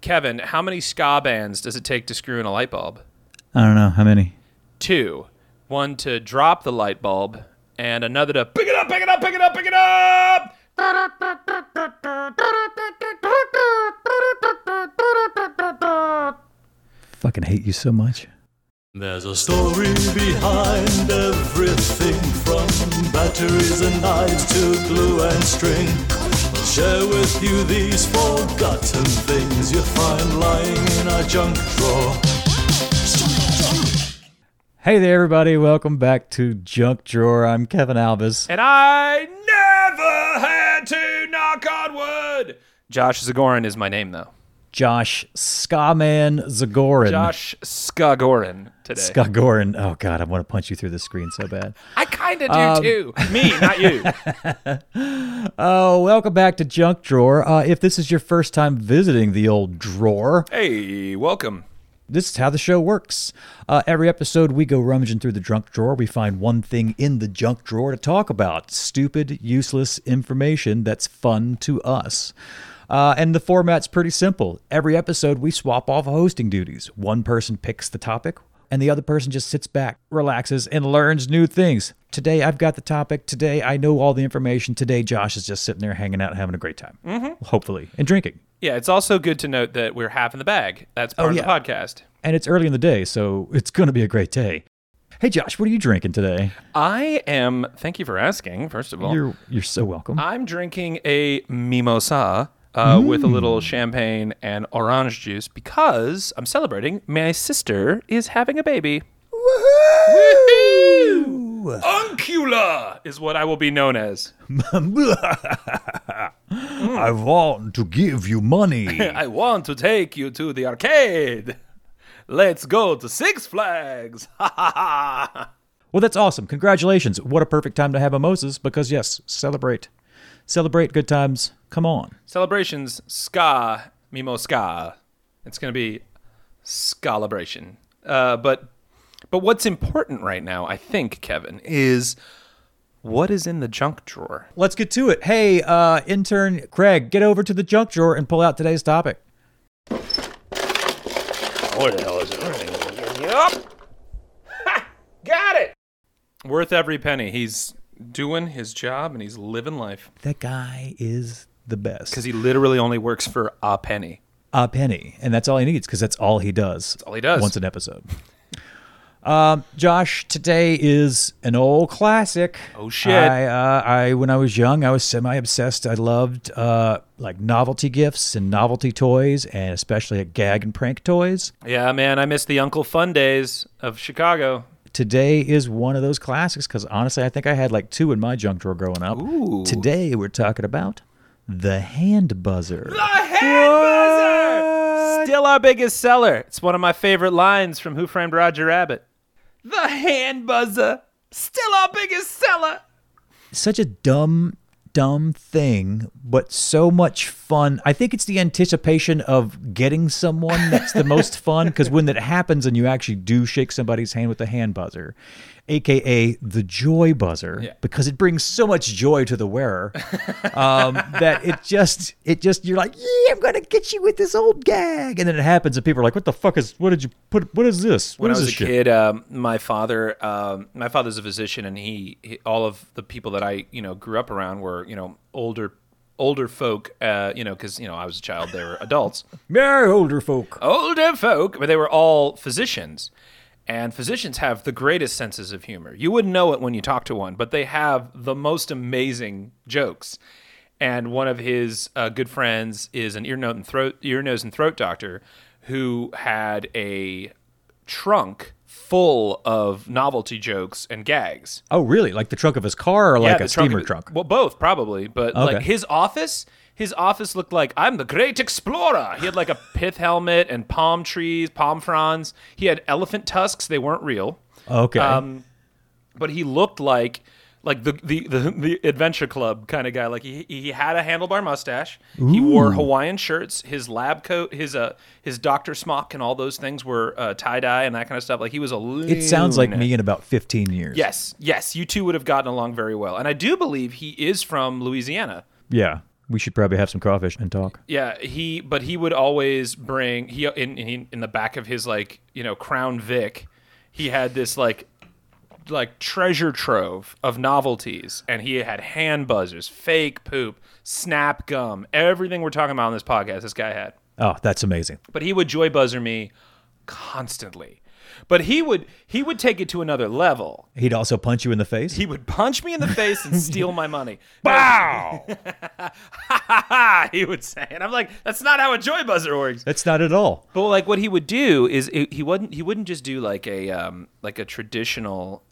Kevin, how many ska bands does it take to screw in a light bulb? I don't know how many. Two. One to drop the light bulb, and another to pick it up, pick it up, pick it up, pick it up. Fucking hate you so much. There's a story behind everything from batteries and knives to glue and string. I'll share with you these forgotten things you find lying in our junk drawer. Hey there, everybody. Welcome back to Junk Drawer. I'm Kevin Alvis. And I never had to knock on wood. Josh Zagorin is my name, though. Josh Skaman Zagorin. Josh Skagorin today. Skagorin. Oh, God, I want to punch you through the screen so bad. I kind of do too. Me, not you. Oh, welcome back to Junk Drawer. Uh, if this is your first time visiting the old drawer, hey, welcome. this is how the show works. Uh, every episode, we go rummaging through the junk drawer. We find one thing in the junk drawer to talk about stupid, useless information that's fun to us. Uh, and the format's pretty simple. Every episode, we swap off hosting duties. One person picks the topic, and the other person just sits back, relaxes, and learns new things. Today, I've got the topic. Today, I know all the information. Today, Josh is just sitting there hanging out, having a great time. Mm-hmm. Hopefully, and drinking. Yeah, it's also good to note that we're half in the bag. That's part Oh, yeah. of the podcast. and it's early in the day, so it's going to be a great day. Hey, Josh, what are you drinking today? I am. Thank you for asking. First of all, You're you're so welcome. I'm drinking a mimosa uh, with a Mm. little champagne and orange juice because I'm celebrating. My sister is having a baby. Woohoo! Uncula is what I will be known as. I want to give you money. I want to take you to the arcade. Let's go to Six Flags. Ha ha ha. well, that's awesome. Congratulations. What a perfect time to have mimosas because yes, celebrate. Celebrate good times. Come on. Celebrations, ska, mimo ska. It's going to be scalibration. Uh, but but what's important right now, I think, Kevin, is what is in the junk drawer. Let's get to it. Hey, uh, intern Craig, get over to the junk drawer and pull out today's topic. Where the hell is it? Yup. Ha! Got it. Worth every penny. He's doing his job and he's living life That guy is the best. because he literally only works for a penny. a penny, and that's all he needs because that's all he does. That's all he does. Once an episode. um, Josh, today is an old classic. Oh, shit. I, uh, I when I was young, I was semi obsessed. I loved uh, like novelty gifts and novelty toys, and especially like, gag and prank toys. Yeah, man, I miss the Uncle Fun days of Chicago. Today is one of those classics because honestly, I think I had like two in my junk drawer growing up. Ooh. Today we're talking about the hand buzzer. Still our biggest seller. It's one of my favorite lines from Who Framed Roger Rabbit. The hand buzzer. Still our biggest seller. such a dumb dumb thing but so much fun i think it's the anticipation of getting someone that's the most fun because when that happens and you actually do shake somebody's hand with the hand buzzer aka the joy buzzer because it brings so much joy to the wearer um, that it just it just you're like yeah i'm gonna get you with this old gag and then it happens and people are like what the fuck is what did you put what is this What When is I was a this shit kid, um, my father, um, my father's a physician, and he, he, all of the people that I, you know, grew up around were, you know, older, older folk, uh, you know, because you know I was a child, they were adults. yeah older folk older folk, but they were all physicians. And physicians have the greatest senses of humor. You wouldn't know it when you talk to one, but they have the most amazing jokes. And one of his uh, good friends is an ear, nose, and throat ear, nose, and throat doctor who had a trunk full of novelty jokes and gags oh really like the trunk of his car or like the a steamer of it- trunk Well, both probably, but like Okay. his office, his office looked like I'm the great explorer. He had like a pith helmet and palm trees, palm fronds. He had elephant tusks; they weren't real, okay but he looked like like the the the, the adventure club kind of guy. Like he he had a handlebar mustache. He wore Hawaiian shirts. His lab coat, his uh his doctor smock, and all those things were uh, tie dye and that kind of stuff. Like he was a. It sounds like loon. me in about 15 years. Yes, yes, you two would have gotten along very well. And I do believe he is from Louisiana. Yeah. We should probably have some crawfish and talk. Yeah, he but he would always bring he in in, in the back of his like you know Crown Vic, he had this like like treasure trove of novelties, and he had hand buzzers, fake poop, snap gum, everything we're talking about on this podcast. This guy had, Oh, that's amazing. but he would joy buzzer me constantly. But he would he would take it to another level. He'd also punch you in the face. He would punch me in the face and steal my money. Bow! he would say, and I'm like, that's not how a joy buzzer works. that's not at all. But like what he would do is it, he wouldn't he wouldn't just do like a um, like a traditional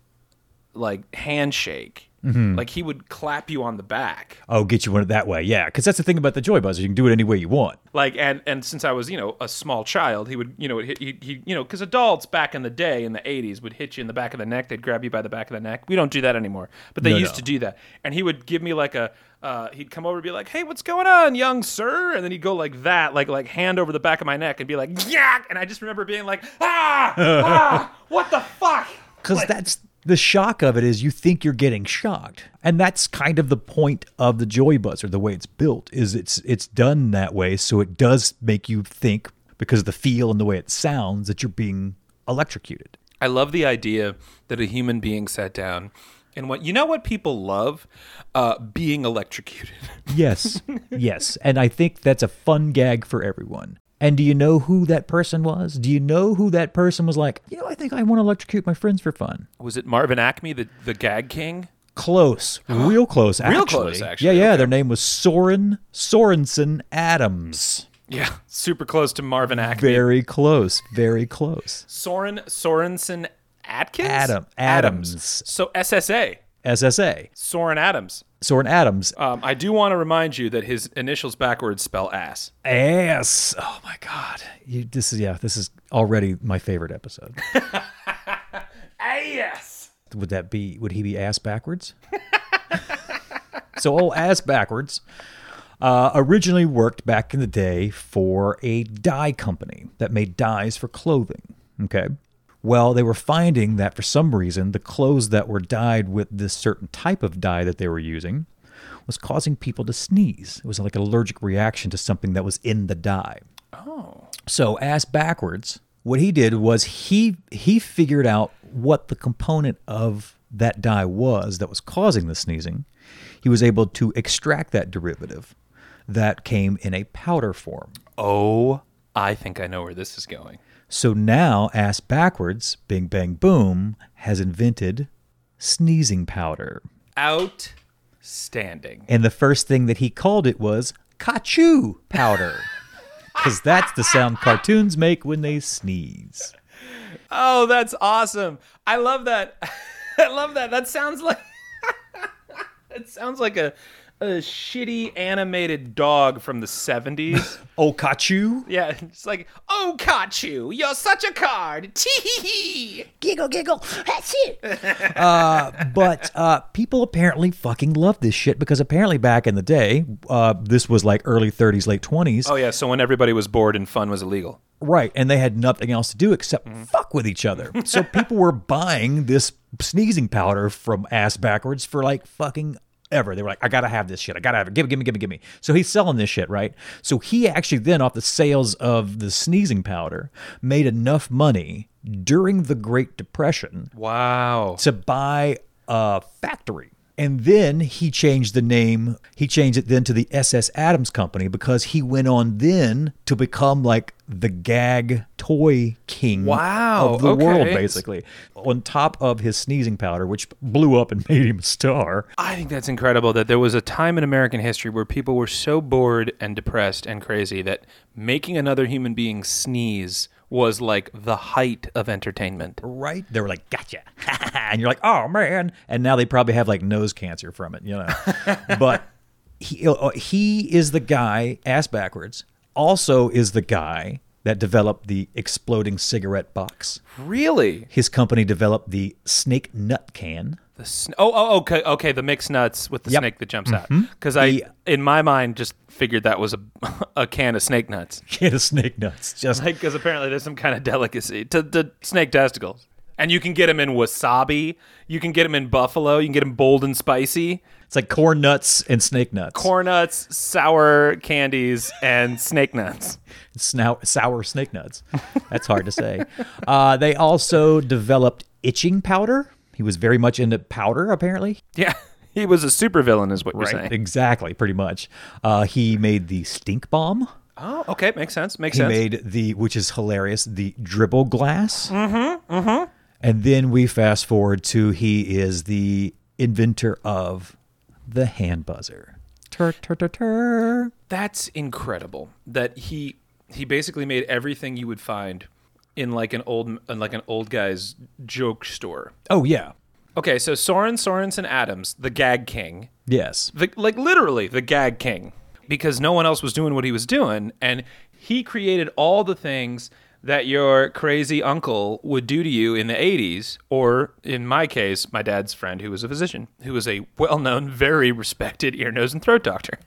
like handshake. Like he would clap you on the back. Oh, get you one that way. Yeah, because that's the thing about the joy buzzer. You can do it any way you want. Like and and since I was you know a small child, he would you know he he, he you know because adults back in the day in the '80s would hit you in the back of the neck. They'd grab you by the back of the neck. We don't do that anymore, but they No, used no. to do that. And he would give me like a. Uh, he'd come over and be like, "Hey, what's going on, young sir?" And then he'd go like that, like like hand over the back of my neck, and be like, "Yak!" And I just remember being like, "Ah, ah, what the fuck?" Because that's the shock of it is you think you're getting shocked, and that's kind of the point of the joy buzzer. The way it's built is it's it's done that way, so it does make you think because of the feel and the way it sounds that you're being electrocuted. I love the idea that a human being sat down and what you know what people love uh, being electrocuted. Yes, yes, and I think that's a fun gag for everyone. And do you know who that person was? Do you know who that person was like? You know, I think I want to electrocute my friends for fun. Was it Marvin Acme, the the gag king? Close, real close, actually. Real close, actually, Yeah, yeah. okay. Their name was Soren Sorensen Adams. Yeah, super close to Marvin Acme. Very close, very close. Soren Sorensen Atkins. Adam- Adams. Adams. So SSA SSA, Soren Adams. Soren Adams, Um, I do want to remind you that his initials backwards spell ass. ass. Oh my God, you, this is yeah, this is already my favorite episode. Ass. would that be? Would he be ass backwards? so old ass backwards. Uh, originally worked back in the day for a dye company that made dyes for clothing. Okay. Well, they were finding that for some reason the clothes that were dyed with this certain type of dye that they were using was causing people to sneeze. It was like an allergic reaction to something that was in the dye. So ass backwards, what he did was he he figured out what the component of that dye was that was causing the sneezing. He was able to extract that derivative that came in a powder form. Oh, I think I know where this is going. So now ass backwards, bing bang boom, has invented sneezing powder. Outstanding. And the first thing that he called it was kachu powder. Because that's the sound cartoons make when they sneeze. Oh, that's awesome. I love that. I love that. That sounds like it sounds like a a shitty animated dog from the 70s. Oh, kachu? yeah, it's like, "Oh, caught you. You're such a card." Tee hee hee. giggle, giggle. That's it. uh, but uh, people apparently fucking love this shit because apparently back in the day, uh, this was like early 30s, late 20s, Oh yeah, so when everybody was bored and fun was illegal. right? And they had nothing else to do except fuck with each other. So people were buying this sneezing powder from ass backwards for like fucking ever. They were like, I gotta have this shit. I gotta have it. Give me, give me, give me, give me. So he's selling this shit, right? So he actually then, off the sales of the sneezing powder, made enough money during the Great Depression Wow. to buy a factory. And then he changed the name. He changed it then to the SS Adams Company because he went on then to become like the gag toy king Wow, of the world, okay. basically. On top of his sneezing powder, which blew up and made him a star. I think that's incredible that there was a time in American history where people were so bored and depressed and crazy that making another human being sneeze was like the height of entertainment. Right? They were like, gotcha. and you're like, oh man. And now they probably have like nose cancer from it, you know. but he, uh, he is the guy, ass backwards, also is the guy that developed the exploding cigarette box. Really? His company developed the snake nut can. The sn- oh, oh, okay, okay. The mixed nuts with the Yep. snake that jumps out. Because I, Yeah. in my mind, just figured that was a, a can of snake nuts. Can of snake nuts. Just Because apparently there's some kind of delicacy to the snake testicles. And you can get them in wasabi. You can get them in buffalo. You can get them bold and spicy. It's like corn nuts and snake nuts. Corn nuts, sour candies, and snake nuts. Snou- sour snake nuts. That's hard to say. Uh, they also developed itching powder. He was very much into powder, apparently. Yeah. He was a supervillain, is what you're saying. Exactly, pretty much. Uh, he made the stink bomb. Oh, okay. Makes sense. Makes He sense. made the, which is hilarious, the dribble glass. Mm-hmm. Mm-hmm. And then we fast forward to he is the inventor of the hand buzzer. Tur tur tur tur. That's incredible that he he basically made everything you would find in like an old in like an old guy's joke store. Oh yeah, Okay, so Soren Sorensen Adams, the gag king, yes. the, like literally the gag king because no one else was doing what he was doing and he created all the things that your crazy uncle would do to you in the 80s or in my case my dad's friend who was a physician who was a well-known very respected ear nose and throat doctor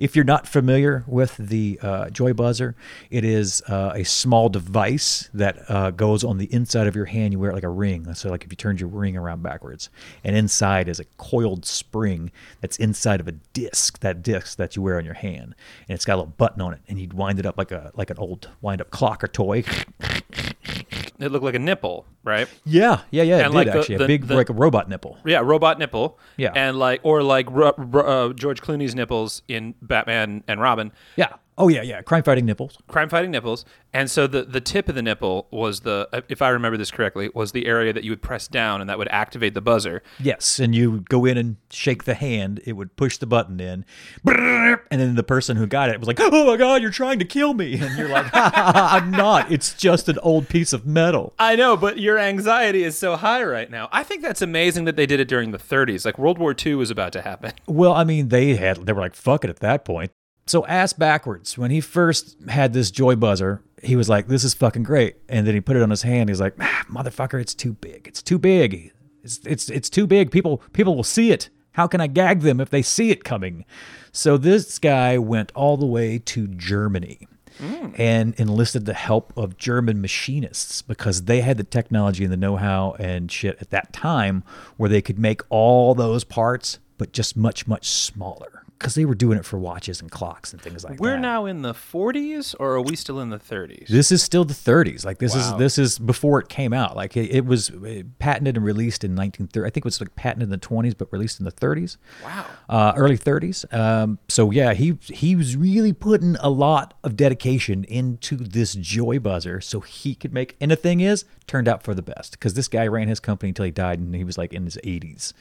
If you're not familiar with the uh, Joy Buzzer, it is uh, a small device that uh, goes on the inside of your hand. You wear it like a ring. So, like if you turned your ring around backwards, and inside is a coiled spring that's inside of a disc. That disc that you wear on your hand, and it's got a little button on it, and you'd wind it up like a like an old wind up clock or toy. it looked like a nipple right yeah, yeah, yeah. It And, did like, the- actually the- a big the- like a robot nipple. yeah robot nipple Yeah. and like or like ru- ru- uh, george clooney's nipples in batman and robin Yeah. Oh yeah, yeah. Crime fighting nipples. crime fighting nipples and so the the tip of the nipple was the uh, if i remember this correctly was the area that you would press down and that would activate the buzzer Yes, and you would go in and shake the hand. It would push the button in, and then the person who got it was like, "Oh my God, you're trying to kill me!" And you're like, ha, ha, ha, "I'm not. It's just an old piece of metal." i know but your anxiety is so high right now i think that's amazing that they did it during the 30s like world war ii was about to happen Well, I mean, they had they were like, "Fuck it" at that point. So ass backwards. When he first had this joy buzzer, he was like, "This is fucking great," and then he put it on his hand. He's like, ah, "Motherfucker, it's too big. It's too big. It's it's it's too big. People people will see it. How can I gag them if they see it coming?" So this guy went all the way to Germany Mm. and enlisted the help of German machinists because they had the technology and the know how and shit at that time where they could make all those parts, but just much, much smaller because they were doing it for watches and clocks and things like we're that. now in the 40s or are we still in the 30s This is still the 30s. Like this is this is before it came out. Like it, it was uh, patented and released in 1930. I think it was like patented in the 20s, but released in the 30s. Wow. Uh, early 30s. Um, so yeah, he he was really putting a lot of dedication into this joy buzzer, so he could make. And the thing is, turned out for the best because this guy ran his company until he died, and he was like in his 80s.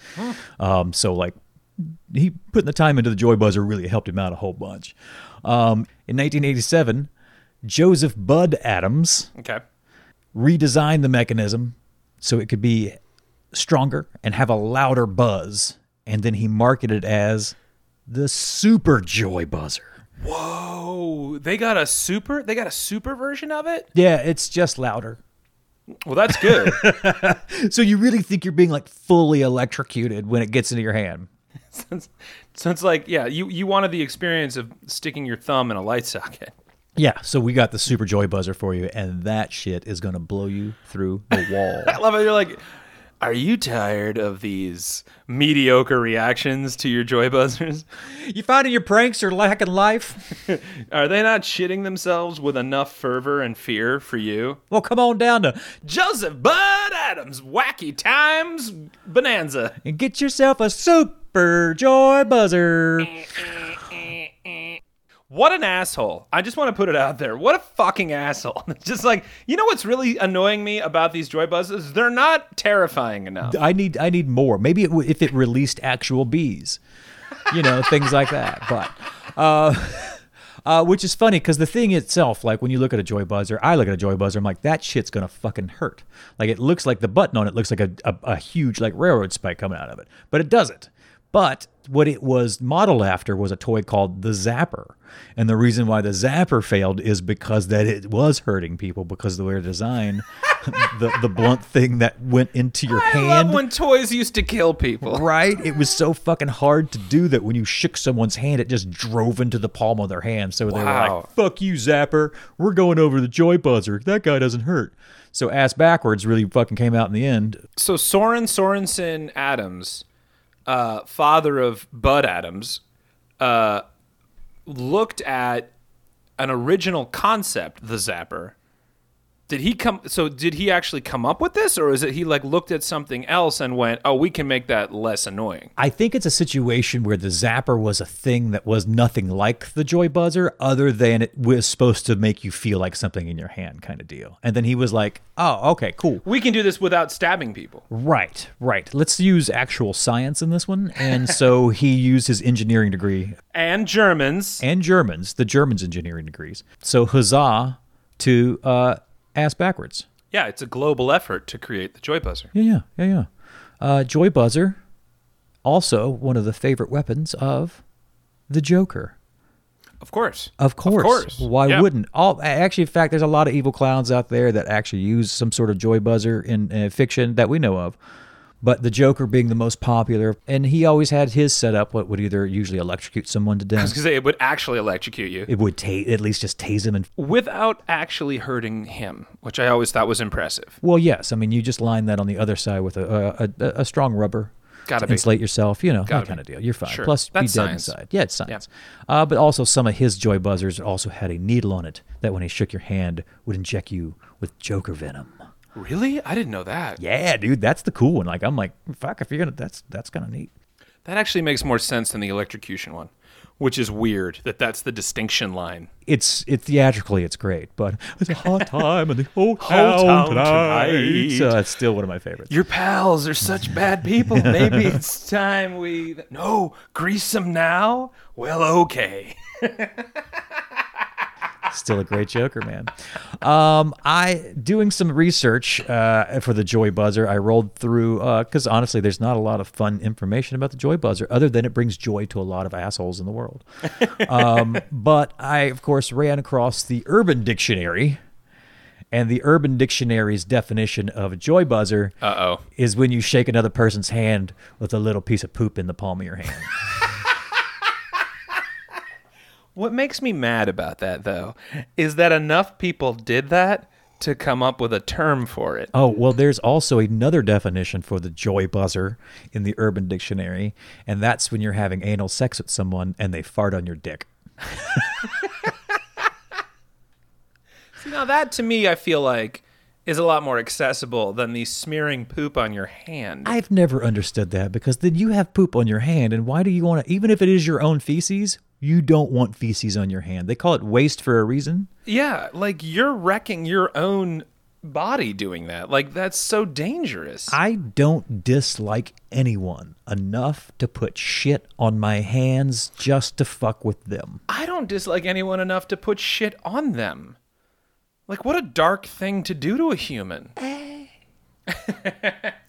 Um, so like he putting the time into the joy buzzer really helped him out a whole bunch. Um, in 1987, Joseph Bud Adams okay redesigned the mechanism so it could be stronger and have a louder buzz, and then he marketed it as the Super Joy Buzzer. whoa Oh, they got a super they got a super version of it Yeah, it's just louder. well that's good So you really think you're being like fully electrocuted when it gets into your hand. sounds, sounds like yeah you you wanted the experience of sticking your thumb in a light socket Yeah, so we got the Super Joy Buzzer for you, and that shit is gonna blow you through the wall. I love it. You're like, are you tired of these mediocre reactions to your joy buzzers? You finding your pranks are lacking life? Are they not shitting themselves with enough fervor and fear for you? Well, come on down to Joseph Bud Adams, Wacky Times Bonanza. and get yourself a super joy buzzer. What an asshole. I just want to put it out there. What a fucking asshole. Just like, you know what's really annoying me about these joy buzzers? They're not terrifying enough. I need I need more. Maybe it, w- if it released actual bees, you know, things like that. But. Uh, which is funny because the thing itself, like when you look at a joy buzzer, I look at a joy buzzer, I'm like, that shit's gonna fucking hurt. Like it looks like the button on it looks like a, a, a huge like railroad spike coming out of it, but it doesn't. But what it was modeled after was a toy called the Zapper, and the reason why the Zapper failed is because that it was hurting people because of the way they're designed. the the blunt thing that went into your I hand. love when toys used to kill people. Right? It was so fucking hard to do that when you shook someone's hand, it just drove into the palm of their hand. So they were Wow. like, fuck you, Zapper. We're going over the joy buzzer. That guy doesn't hurt. So ass backwards really fucking came out in the end. So Soren Sorensen Adams, uh, father of Bud Adams, uh, looked at an original concept, the Zapper. Did he come? So did he actually come up with this, or is it he like looked at something else and went, "Oh, we can make that less annoying"? I think it's a situation where the zapper was a thing that was nothing like the joy buzzer, other than it was supposed to make you feel like something in your hand kind of deal. And then he was like, oh, okay, cool. We can do this without stabbing people. Right, right. Let's use actual science in this one. And so he used his engineering degree And Germans. and Germans, the Germans' engineering degrees. So huzzah to uh, ass backwards. Yeah, it's a global effort to create the joy buzzer. Yeah, yeah, yeah, yeah. Uh, Joy Buzzer, also one of the favorite weapons of the Joker. Of course. Of course. course. Why Yeah. wouldn't? All actually, in fact, there's a lot of evil clowns out there that actually use some sort of joy buzzer in, uh fiction that we know of. But the Joker being the most popular, and he always had his setup. What would either usually electrocute someone to death. Because they would actually electrocute you. It would ta- at least just tase him and without actually hurting him, which I always thought was impressive. Well, yes. I mean, you just line that on the other side with a a, a, a strong rubber. Gotta to be. insulate yourself, you know, that Gotta kind be. of deal. You're fine. Sure. Plus, That's be dead science. inside. Yeah, it's science. Uh, but also, some of his joy buzzers also had a needle on it that, when he shook your hand, would inject you with Joker venom. Really? I didn't know that. Yeah, dude, that's the cool one. Like, I'm like, fuck, if you're gonna, that's that's kind of neat. That actually makes more sense than the electrocution one, which is weird that that's the distinction line. It's it theatrically, it's great, but it's a hot time in the whole town, town tonight. tonight. So it's still one of my favorites. Your pals are such bad people. Maybe it's time we. No, grease them now? Well, okay. Still a great Joker, man. Um, I doing some research uh, for the Joy Buzzer. I rolled through because honestly, there's not a lot of fun information about the Joy Buzzer other than it brings joy to a lot of assholes in the world. Um, but I, of course, ran across the Urban Dictionary, and the Urban Dictionary's definition of a Joy Buzzer Uh oh. is when you shake another person's hand with a little piece of poop in the palm of your hand. What makes me mad about that, though, is that enough people did that to come up with a term for it. Oh, well, there's also another definition for the joy buzzer in the Urban Dictionary, and that's when you're having anal sex with someone and they fart on your dick. Now that to me, I feel like is a lot more accessible than the smearing poop on your hand. I've never understood that because then you have poop on your hand, and why do you want to, even if it is your own feces, you don't want feces on your hand. They call it waste for a reason. yeah, like you're wrecking your own body doing that. Like that's so dangerous. I don't dislike anyone enough to put shit on my hands just to fuck with them. I don't dislike anyone enough to put shit on them. Like what a dark thing to do to a human.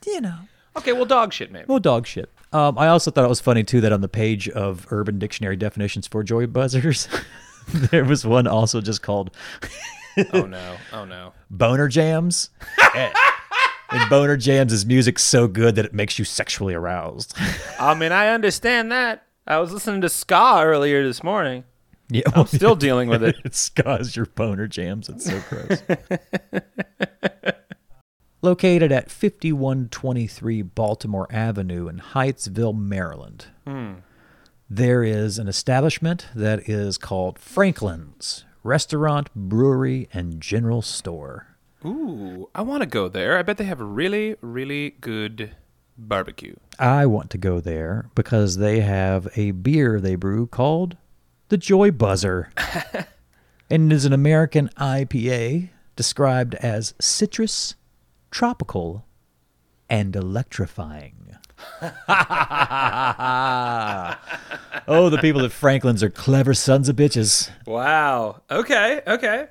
You know. Okay, well dog shit maybe. Well, dog shit. Um, I also thought it was funny too that on the page of Urban Dictionary definitions for joy buzzers, there was one also just called oh no. Oh no. boner jams. and boner jams is music so good that it makes you sexually aroused. I mean, I understand that. I was listening to ska earlier this morning. yeah, well, Still dealing with it. it scars your boner jams. It's so gross. Located at 5123 Baltimore Avenue in Hyattsville, Maryland. There is an establishment that is called Franklin's Restaurant, Brewery, and General Store. Ooh, I want to go there. I bet they have really, really good barbecue. I want to go there because they have a beer they brew called the Joy Buzzer. and it is an American IPA described as citrus, tropical, and electrifying. oh, the people at Franklin's are clever sons of bitches. Wow. Okay. Okay.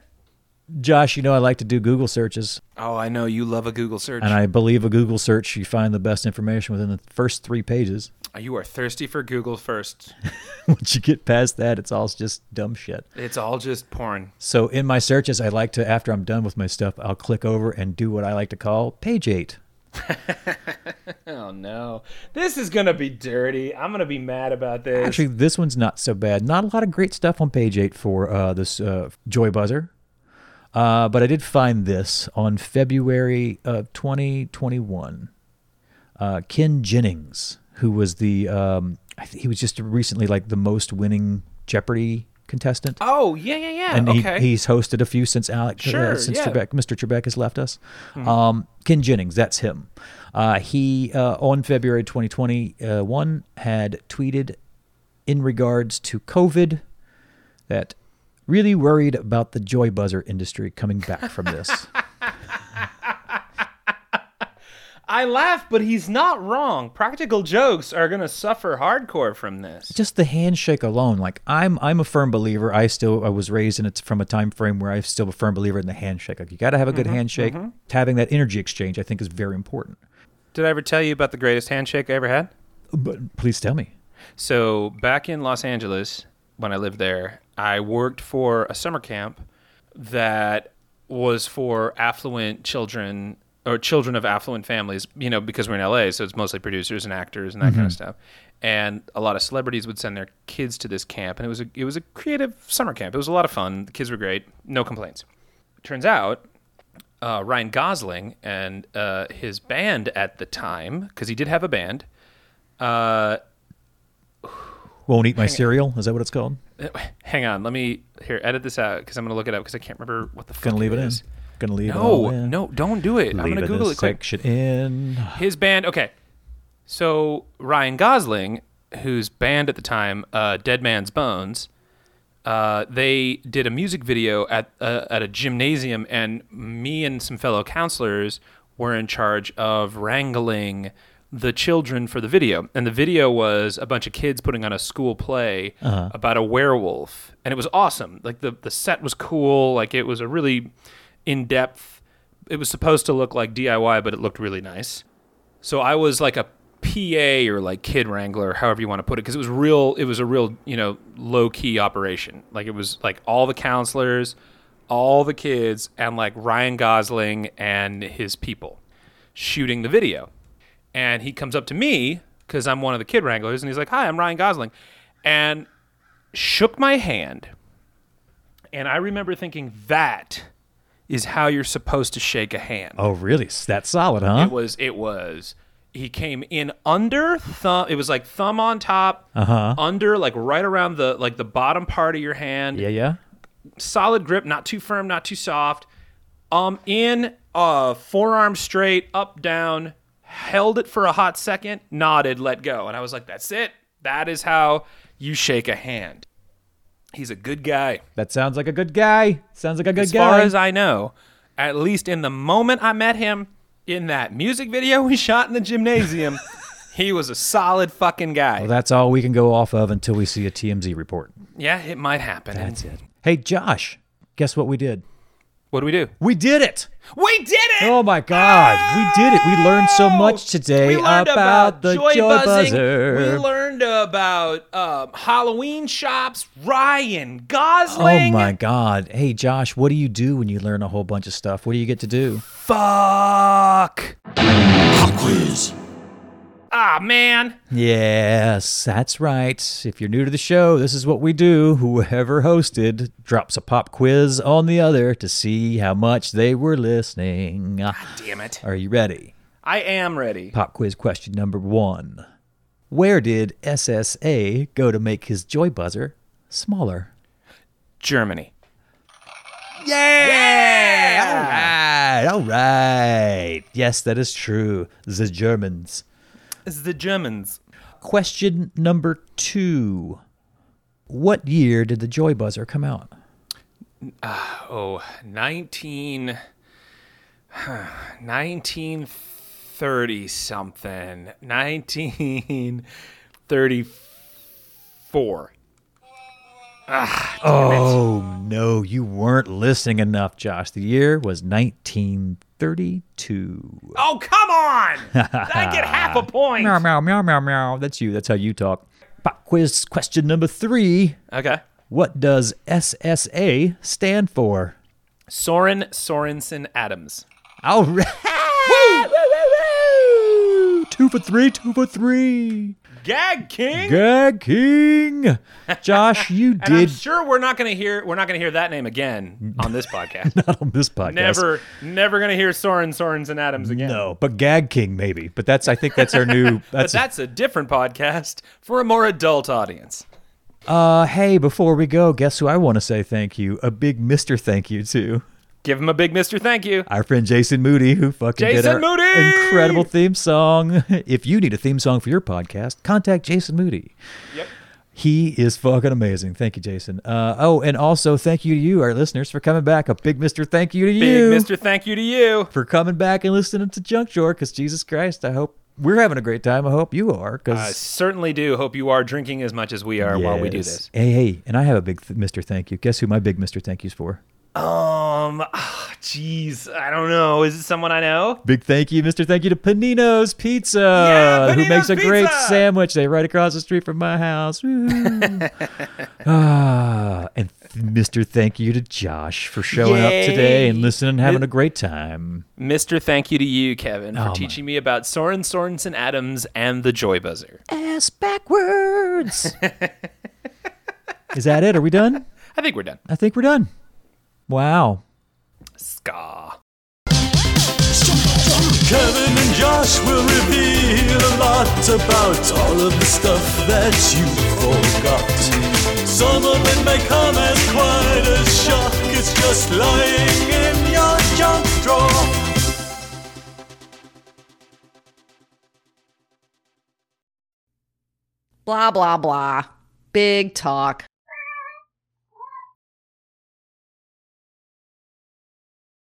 Josh, you know I like to do Google searches, Oh, I know you love a Google search. and I believe a Google search you find the best information within the first three pages. You are thirsty for Google first. Once you get past that, it's all just dumb shit. It's all just porn. So in my searches, I like to, after I'm done with my stuff, I'll click over and do what I like to call page eight. Oh no. This is gonna be dirty. I'm gonna be mad about this. Actually, this one's not so bad. Not a lot of great stuff on page eight for uh, this uh, Joy Buzzer. Uh, but I did find this on February of 2021. Uh, Ken Jennings, who was the, um, I think he was just recently like the most winning Jeopardy contestant. oh yeah, yeah, yeah. and okay. he, he's hosted a few since Alex, Sure, uh, since yeah. Mm-hmm. Trebek, Mr. Trebek has left us. Um, Ken Jennings, that's him. Uh, he uh, on February 2021 had tweeted in regards to COVID that really worried about the joy buzzer industry coming back from this. I laugh, but he's not wrong. Practical jokes are gonna suffer hardcore from this. just the handshake alone like i'm i'm a firm believer i still i was raised in it's from a time frame where i'm still a firm believer in the handshake like you got to have a Mm-hmm, good handshake having that energy exchange i think is very important Did I ever tell you about the greatest handshake I ever had? but please tell me So back in Los Angeles, when I lived there, I worked for a summer camp that was for affluent children or children of affluent families, you know, because we're in LA, so it's mostly producers and actors and that kind of stuff. And a lot of celebrities would send their kids to this camp, and it was a, it was a creative summer camp. It was a lot of fun. The kids were great, no complaints. Turns out uh, Ryan Gosling and uh, his band at the time, because he did have a band, uh, Won't eat my cereal. Is that what it's called? Hang on, let me here edit this out because I'm gonna look it up because I can't remember what the fuck. Gonna leave it in. is. Gonna leave it all No, in. no, don't do it. I'm Leave gonna Google this it quick. section in. His band, okay. So Ryan Gosling, whose band at the time, uh, Dead Man's Bones, uh, they did a music video at uh, at a gymnasium, and me and some fellow counselors were in charge of wrangling the children for the video. And the video was a bunch of kids putting on a school play about a werewolf, and it was awesome. Like the the set was cool. Like it was a really in depth. It was supposed to look like DIY, but it looked really nice. So I was like a PA or like kid wrangler, however you want to put it, because it was real. It was a real, you know, low key operation. Like it was like all the counselors, all the kids, and like Ryan Gosling and his people shooting the video. And he comes up to me because I'm one of the kid wranglers, and he's like, "Hi, I'm Ryan Gosling," and shook my hand. And I remember thinking that is how you're supposed to shake a hand. Oh, really? S- That's solid, huh? It was it was he came in under thumb it was like thumb on top, Uh-huh. under like right around the like the bottom part of your hand. yeah, yeah. Solid grip, not too firm, not too soft. Um in uh forearm straight, up down, held it for a hot second, nodded, let go. And I was like that's it. That is how you shake a hand. He's a good guy. That sounds like a good guy. Sounds like a good As guy. far as I know, at least in the moment I met him in that music video we shot in the gymnasium, he was a solid fucking guy. well, that's all we can go off of until we see a TMZ report. yeah, it might happen. That's it. Hey, Josh, guess what we did? What do we do? We did it. We did it! Oh my God, we did it. We learned so much Oh! today We learned about about, the joy, joy buzzing. buzzer. We learned about um, Halloween shops. Ryan Gosling. Oh my God. Hey, Josh, what do you do when you learn a whole bunch of stuff? What do you get to do? Fuck! Pop quiz. Ah man. Yes, that's right. If you're new to the show, this is what we do. Whoever hosted drops a pop quiz on the other to see how much they were listening. Damn it. Are you ready? I am ready. Pop quiz question number one Where did SSA go to make his joy buzzer smaller? Germany. All right, all right. Yes, that is true. The Germans. It's the Germans. Question number two. What year did the Joy Buzzer come out? Oh, 19 1930 something. 1934. Oh no, you weren't listening enough, Josh. The year was 1932. Oh, come on! I get half a point. Meow meow meow meow meow. That's you. That's how you talk. Pop quiz question number three. Okay. What does SSA stand for? Soren Sorensen Adams. All right. Woo! Woo, woo, woo! Two for three. Two for three. Gag King. Gag King. Josh, you And I'm did sure we're not gonna hear we're not gonna hear that name again on this podcast. not on this podcast. never, never gonna hear Soren Sorensen Adams again. No, but Gag King maybe. But that's I think that's our new. But That's, that's a different podcast for a more adult audience. uh, hey, before we go, guess who I want to say thank you? A big Mister thank you to Give him a big Mister Thank you. our friend Jason Moody who fucking did Jason our Moody! incredible theme song. If you need a theme song for your podcast, contact Jason Moody. Yep. He is fucking amazing. Thank you, Jason. Uh, oh, and also thank you to you, our listeners, for coming back. A big Mister thank you to Big you. Mister Thank you to you. for coming back and listening to Junk Drawer because Jesus Christ, I hope we're having a great time. I hope you are I because. certainly do hope you are drinking as much as we are while we do this. Hey, hey, and I have a big th- Mr. Thank you. Guess who my big Mr. Thank you's for? Um, jeez, I don't know. Is it someone I know? Big thank you, Mr. Thank you to Panino's Pizza, Yeah, who Panino's makes a great Pizza! sandwich. They right across the street from my house. Woohoo. ah, and th- Mr. Thank you to Josh for showing up today Yay. and listening and having a great time. Mister Thank you to you, Kevin, for Oh, my- teaching me about Soren Sorensen Adams and the Joy Buzzer. Ass backwards. Is that it? Are we done? I think we're done. I think we're done. Wow. Ska. Kevin and Josh will reveal a lot about all of the stuff that you forgot. Some of it may come as quite a shock, it's just lying in your junk drawer. Blah, blah, blah. Big talk.